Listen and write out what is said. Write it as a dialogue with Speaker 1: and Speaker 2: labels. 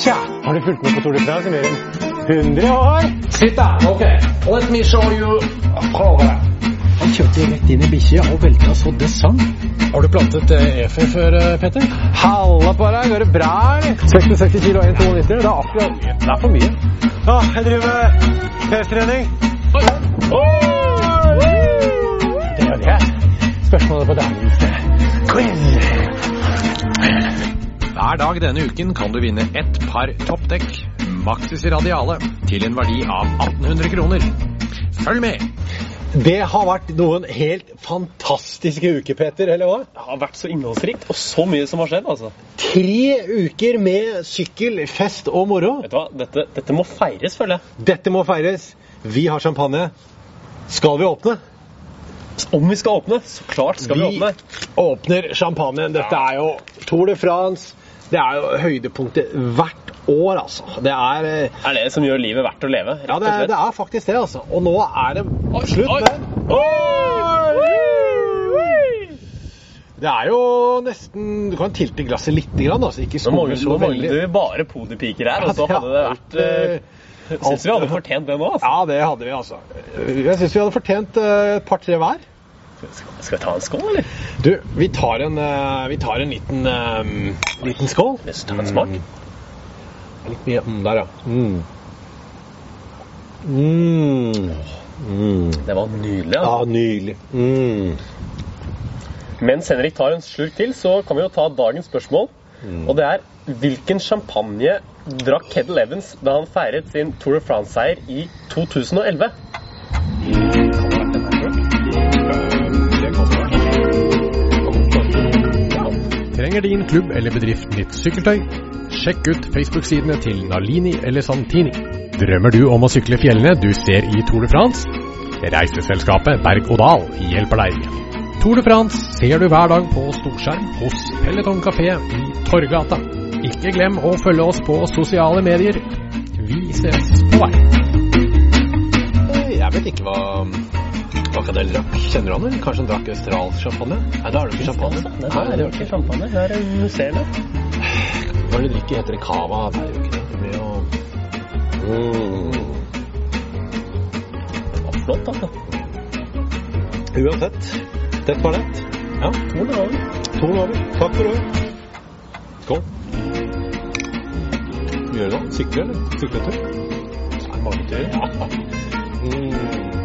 Speaker 1: Tja, har du fulgt med på Tour de France i mer enn 100 år?
Speaker 2: Titta, ok. Let me show you Flora.
Speaker 3: Han kjørte rett inn i bikkja og velta så det sang.
Speaker 2: Har du plantet EFE før, eh, Petter?
Speaker 1: Halla på deg, går det bra, eller? 66 kilo og 1,92. Det er akkurat Det er for mye. Ja, jeg driver med pestrening. Det gjør jeg. Spørsmålet på dagens quiz.
Speaker 2: Hver dag denne uken kan du vinne ett par toppdekk, Maxis Radiale, til en verdi av 1800 kroner. Følg med!
Speaker 1: Det har vært noen helt fantastiske uker, Peter, eller hva?
Speaker 4: Det har vært så innholdsrikt, og så mye som har skjedd, altså.
Speaker 1: Tre uker med sykkel, fest og moro.
Speaker 4: Vet du hva, dette, dette må feires, føler jeg.
Speaker 1: Dette må feires. Vi har champagne. Skal vi åpne?
Speaker 4: Om vi skal åpne, så klart skal vi, åpne.
Speaker 1: åpner champagnen. Dette er jo Tour de France. Det er jo høydepunktet hvert år, altså. Det er eh,
Speaker 4: Det er det som gjør livet verdt å leve.
Speaker 1: Ja, det, er- det er faktisk det, altså. Og nå er det slutt
Speaker 4: oi.
Speaker 1: med Det er jo nesten Du kan tilte glasset litt, grann, altså. Ikke
Speaker 4: Nå
Speaker 1: skole
Speaker 4: mangler, nå
Speaker 1: så
Speaker 4: mangler
Speaker 1: veldig.
Speaker 4: du bare podipiker her, og så hadde det vært
Speaker 1: eh,
Speaker 4: eh, Syns vi hadde fortjent det nå, altså.
Speaker 1: Ja, det hadde vi, altså. Jeg syns vi hadde fortjent eh, et par-tre hver.
Speaker 4: Skal skal vi ta en skål, eller?
Speaker 1: Du, vi tar en, eh, vi tar en liten, eh, liten skål.
Speaker 4: Hvis du tar en
Speaker 1: Mm.
Speaker 4: smak.
Speaker 1: Litt mye mm, der, ja. Mm. Mm. Mm.
Speaker 4: Det var nydelig.
Speaker 1: Ja,
Speaker 4: Altså.
Speaker 1: nydelig. Mm.
Speaker 4: Mens Henrik tar en slurk til, så kan vi jo ta dagens spørsmål. Og det er hvilken champagne drakk Kettle Evans da han feiret sin Tour de France-seier i 2011?
Speaker 2: Trenger din klubb eller bedrift nytt sykkeltøy? Sjekk ut Facebook-sidene til Nalini eller Santini. Drømmer du om å sykle fjellene du ser i Tour de France? Reiseselskapet Berg og Dal hjelper deg. Tour de France ser du hver dag på storskjerm hos Peloton kafé i Torgata. Ikke glem å følge oss på sosiale medier. Vi ses på vei.
Speaker 1: Eh, Jeg vet ikke hva hva Kadell drakk. Kjenner du han, eller? Kanskje han drakk australsk champagne? Nei, da er det ikke champagne.
Speaker 4: Nei, det var ikke champagne. Det er musserende.
Speaker 1: Hva er det du drikker? Heter det cava? Det er jo ikke det. Det blir jo mm.
Speaker 4: Det var flott, altså.
Speaker 1: Uansett. Tett var nett. Ja.
Speaker 4: To det var det.
Speaker 1: To over. Takk for det. Skål. Gjør du det? Sykle, eller? Sykletur? Det er mange turer. Mm.